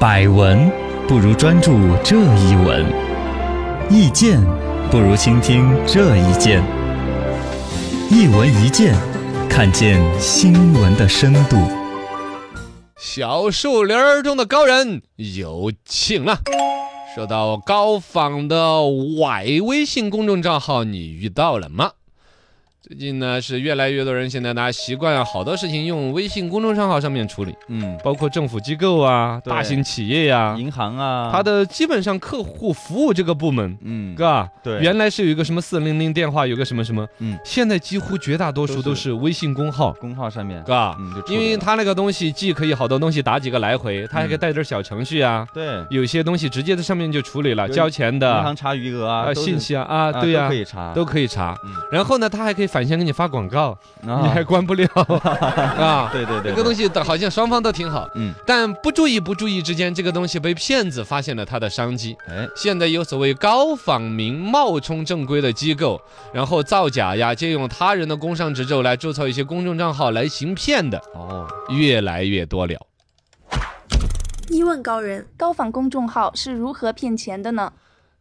百闻不如专注这一闻，意见不如倾听这一见。一闻一见，看见新闻的深度。小树林儿中的高人有请了。说到高仿的歪微信公众账号，你遇到了吗？最近呢，是越来越多人现在大家习惯啊，好多事情用微信公众账号上面处理，嗯，包括政府机构啊、对大型企业呀、银行啊，它的基本上客户服务这个部门。嗯，哥，对原来是有一个什么四零零电话，有个什么什么，嗯现在几乎绝大多数都都是是微信公号，工号上面，哥，嗯，就处理因为了它那个东西既可以好多东西打几个来回，它还可以嗯带点小程序啊，对有些东西直接在上面就处理了，有交钱的银行查余额啊，啊都是信息啊啊，对都呀可，以查，都可以查嗯。然后呢，它还可以反向给你发广告，你还啊，关 不了啊。对对对，这个东西，西的好像双方都挺好，嗯，但不注意不注意之间，这个东西被骗子发现了它的商机。哎，现在有所谓高仿名冒充正规的机构，然后造假呀，借用他人的工商执照来注册一些公众账号来行骗的，哦，越来越多了。一问高人，高仿公众号是如何骗钱的呢？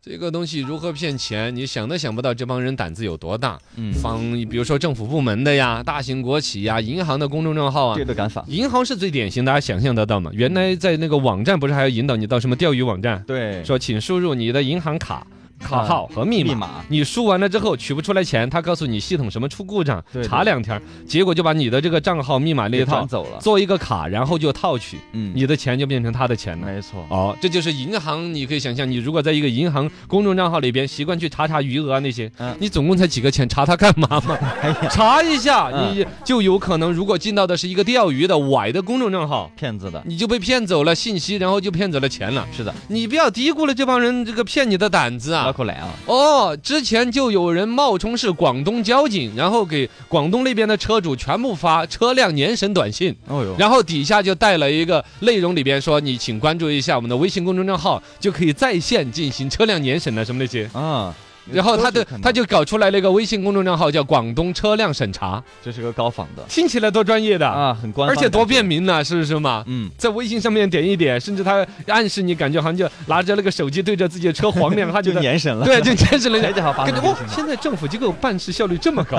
这个东西如何骗钱，你想都想不到，这帮人胆子有多大。嗯，仿，比如说政府部门的呀、大型国企呀、银行的公众账号啊这。都敢仿，银行是最典型，大家想象得到嘛？原来在那个网站不是还要引导你到什么钓鱼网站，对，说请输入你的银行卡、卡号和密密码。码，你输完了之后取不出来钱，他告诉你系统什么出故障对，对查两天儿，结果就把你的这个账号密码那一给套转走了，做一个卡，然后就套取，嗯，你的钱就变成他的钱了。没错，哦，这就是银行，你可以想象，你如果在一个银行公众账号里边习惯去查查余额啊那些，嗯你总共才几个钱，查它干嘛嘛？哎呀，查一下，嗯你就有可能，如果进到的是一个钓鱼的歪的公众账号，骗子的，你就被骗走了信息，然后就骗走了钱了。是的，你不要低估了这帮人这个骗你的胆子脑啊！壳来啊，哦，之前就有人冒充是广东交警，然后给广东那边的车主全部发车辆年审短信。哦哟，然后底下就带了一个内容，里边说你请关注一下我们的微信公众账号，就可以在线进行车辆年审啊什么那些。啊，然后他的都是可能他就搞出来了一个微信公众账号，叫“广东车辆审查这是个高仿的”，听起来多专业的，啊，很官方，而且多便，民呢、是不是嘛？嗯，在微信上面点一点，甚至他暗示你，感觉好像就拿着那个手机对着自己的车晃两下，就觉得年审了，对，就监视了一下 哎，。这好烦感人觉真哦是，的，现在政府机构办事效率这么高，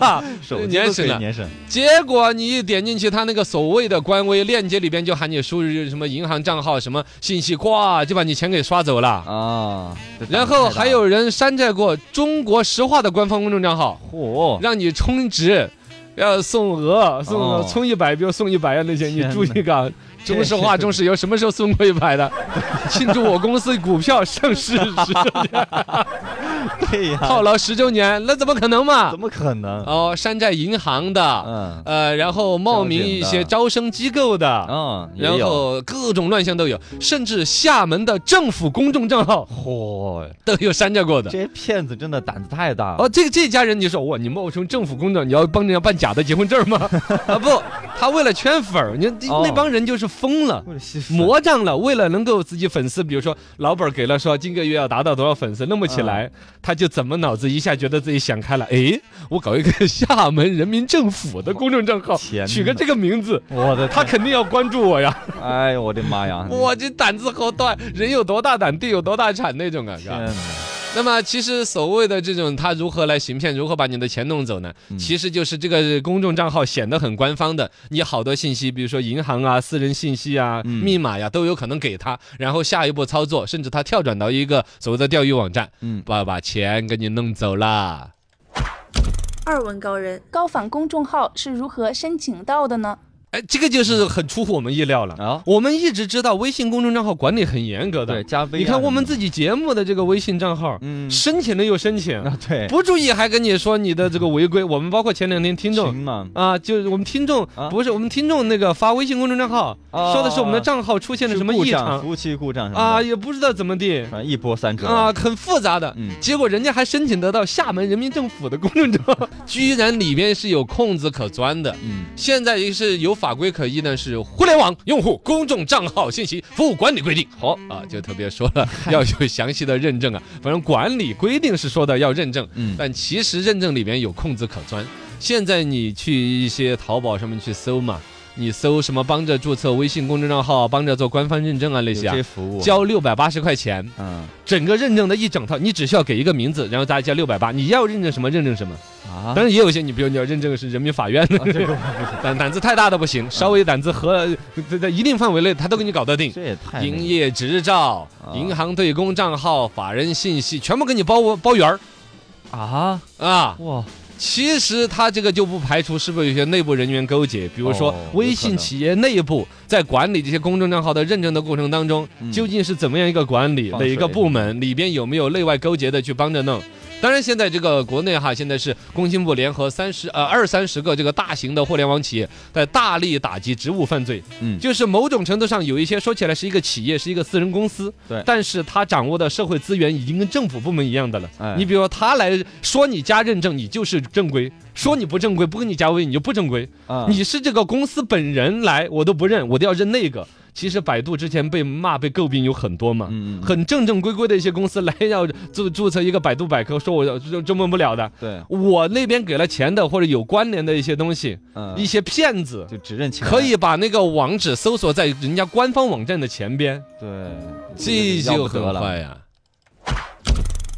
手机年都可审以了年审，结果你一点进去，他那个所谓的官微链接里边就喊你输入什么银行账号、什么信息，呱就把你钱给刷走了。啊，这胆子然后太大还了，有人山寨过中国石化的官方公众账号，嚯，让你充值，要送额，送额哦充一百，比如送一百啊那些，你天注意个。这中石化、是中石油什么时候送过一百 的？庆祝我公司股票上市十周年，对呀， 套牢十周年，那怎么可能嘛怎？么可能？哦，山寨银行的，嗯呃，然后冒名一些招生机构的，嗯，也啊然有后各种乱象都有，甚至厦门的政府公众账号 嚯，都有山寨过的。这些骗子真的胆子太大了。哦，这这家人，你说哇，你冒充政府公证，你要帮人家办假的结婚证吗？ 啊，不，他为了圈粉儿，你哦那帮人就是疯了。为了吸粉魔障了，为了能够自己粉丝，比如说老板给了说今个月要达到多少粉丝，弄不起嗯来，他就怎么脑子一下觉得自己想开了，诶，我搞一个厦门人民政府的公众账号天，哪取个这个名字，我的他他，肯定要关注我呀！哎呦我的妈呀！我这胆子好大，人有多大胆，地有多大产那种啊！是天吧哪，那么其实所谓的这种他如何来行骗，如何把你的钱弄走呢？嗯其实就是这个公众账号显得很官方的，你好多信息，比如说银行啊、私人信息啊、嗯密码呀，都有可能给他，然后下一步操作，甚至他跳转到一个所谓的钓鱼网站，嗯，把把钱给你弄走啦。二问高人，高仿公众号是如何申请到的呢？哎，这个就是很出乎我们意料了。啊，我们一直知道微信公众账号管理很严格对，的，加啊微，你看我们，自己节目的这个微信账号，嗯，申请了又申请， 啊，对，不注意还跟你说你的这个违规。我们包括前两天听众群嘛，啊，就是我们听众、啊不是我们听众那个发微信公众账号，啊说的哦是我们的账号出现了是什么故异障常服务器故障什么啊，的，也不知道怎么地反正一波三折啊，，很复杂的。嗯，结果人家还申请得到厦门人民政府的公众账号， 居然里面是有空子可钻的。嗯，现在也是有法规可依呢，是《互联网用户公众账号信息服务管理规定》。好嗯啊，就特别说了要有详细的认证 啊，反正管理规定是说的要认证，嗯但其实认证里面有空子可钻。现在你去一些淘宝上面去搜嘛，你搜什么帮着注册微信公众账号，帮着做官方认证啊那些有啊这，服务，交六百八十块钱，嗯整个认证的一整套，你只需要给一个名字，然后大家交六百八，你要认证什么认证什么。啊当，然也有一些，你比如你要认证的是人民法院的，啊这个 胆胆子太大的不行，稍微胆子和在在一定范围内，他都给你搞得定。这也太那个营业执照、啊银行对公账号、法人信息，全部给你包包圆儿啊，啊！哇，其实他这个就不排除是不是有些内部人员勾结，比如说哦有微可信能企业内部在管理这些公众账号的认证的过程当中，嗯究竟是怎么样一个管理，放哪水个部门里边有没有内外勾结的去帮着弄？当然，现在这个国内哈，现在是工信部联合三十呃二三十个这个大型的互联网企业，在大力打击职务犯罪。嗯就是某种程度上有一些说起来是一个企业，是一个私人公司，对但是他掌握的社会资源已经跟政府部门一样的了。哎你比如他来说你加认证，你就是正规；说你不正规，不给你加微，你就不正规。啊你是这个公司本人来，我都不认，我都要认那个。其实百度之前被骂、被诟病有很多嘛，嗯嗯嗯很正正规规的一些公司来要注注册一个百度百科，说我要这这蒙不了的。对，我那边给了钱的或者有关联的一些东西，嗯，一些骗子就只认钱，可以把那个网址搜索在人家官方网站的前边，对，这要就不很得坏了，呀、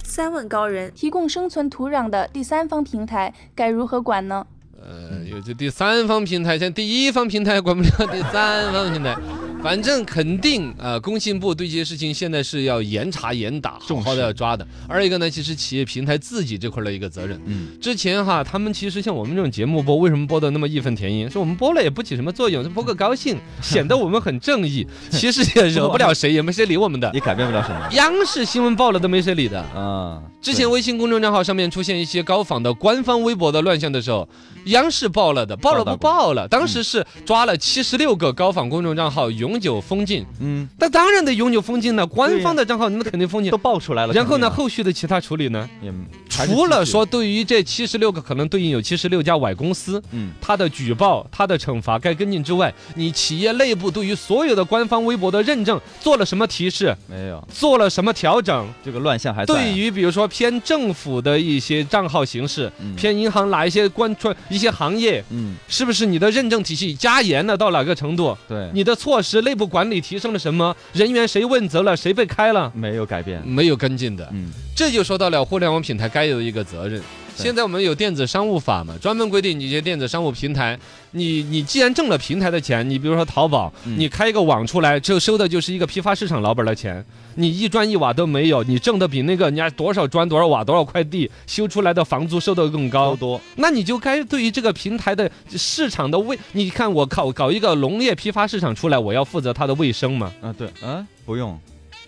三问高人，提供生存土壤的第三方平台该如何管呢？呃，有这第三方平台，像第一方平台管不了第三方平台， 反正肯定呃，工信部对这些事情现在是要严查严打，好重好的视要抓的。二一个呢，其实企业平台自己这块儿的一个责任。嗯之前哈，他们其实像我们这种节目播，为什么播的那么义愤填膺？说我们播了也不起什么作用，就播个高 兴，显得我们很正义。其实也惹不了谁，也没谁理我们的。也改变不了什么，央视新闻报了都没谁理的。嗯，之前微信公众账号上面出现一些高仿的官方微博的乱象的时候，嗯央视报了的，报了不报了？当时是抓了七十六个高仿公众账号永久封禁，对嗯那当然得永久封禁了，官方的账号那肯定封禁都。爆出来了，然后呢，肯后续的其他处理呢？定啊嗯也还是除了继续说对于这七十六个可能对应有七十六家崴公司，嗯他的举报、他的惩罚该跟进之外，你企业内部对于所有的官方微博的认证做了什么提示，没有做了什么调整？这个乱象还在啊，哎对于比如说偏政府的一些账号形式，嗯偏银行哪一些关注一些行业，嗯是不是你的认证体系加严了到哪个程度？对你的措施内部管理提升了什么？人员谁问责了？谁被开了？没有改变，没有跟进的，嗯这就说到了互联网平台该有的一个责任。现在我们有电子商务法嘛，专门规定你这些电子商务平台，你你既然挣了平台的钱，你比如说淘宝，嗯你开一个网出来，这收的就是一个批发市场老板的钱，你一砖一瓦都没有，你挣的比那个人家多少砖多少瓦多少块地修出来的房租收的更高高，多那你就该对于这个平台的市场的卫，你看我搞搞一个农业批发市场出来，我要负责它的卫生嘛？啊对啊不用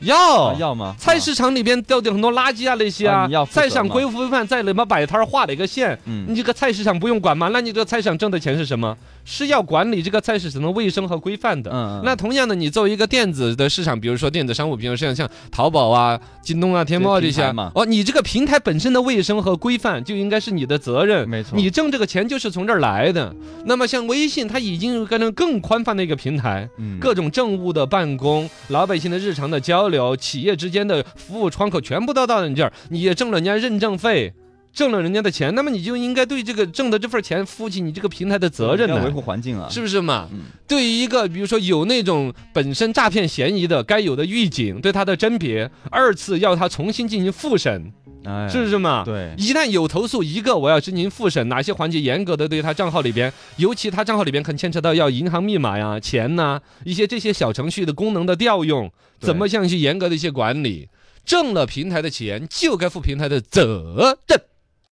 要啊要吗？菜啊市场里边掉的很多垃圾啊，那些啊啊你要，负责菜场规规范在里面摆摊儿画了一个线，你嗯这个菜市场不用管吗？那你这个菜市场挣的钱是什么？是要管理这个菜市场的卫生和规范的。嗯那同样的，你作为一个电子的市场，比如说电子商务，比如像像淘宝啊、京东啊、天猫啊这这些些平台嘛，哦，你这个平台本身的卫生和规范就应该是你的责任。没错你挣这个钱就是从这儿来的。那么像微信，它已经变成更宽泛的一个平台，嗯各种政务的办公、老百姓的日常的交流、企业之间的服务窗口，全部都到你这儿，你也挣了人家认证费，挣了人家的钱，那么你就应该对这个挣的这份钱负起你这个平台的责任要维来。护环境啊，是不是嘛？嗯对于一个比如说有那种本身诈骗嫌疑的，该有的预警，对他的甄别，二次要他重新进行复审，哎是不是嘛？对一旦有投诉一个，我要进行复审，哪些环节严格的对他账号里边，尤其他账号里边可能牵扯到要银行密码呀、钱呐、一些这些小程序的功能的调用，对怎么样去严格的一些管理。挣了平台的钱，就该负平台的责任。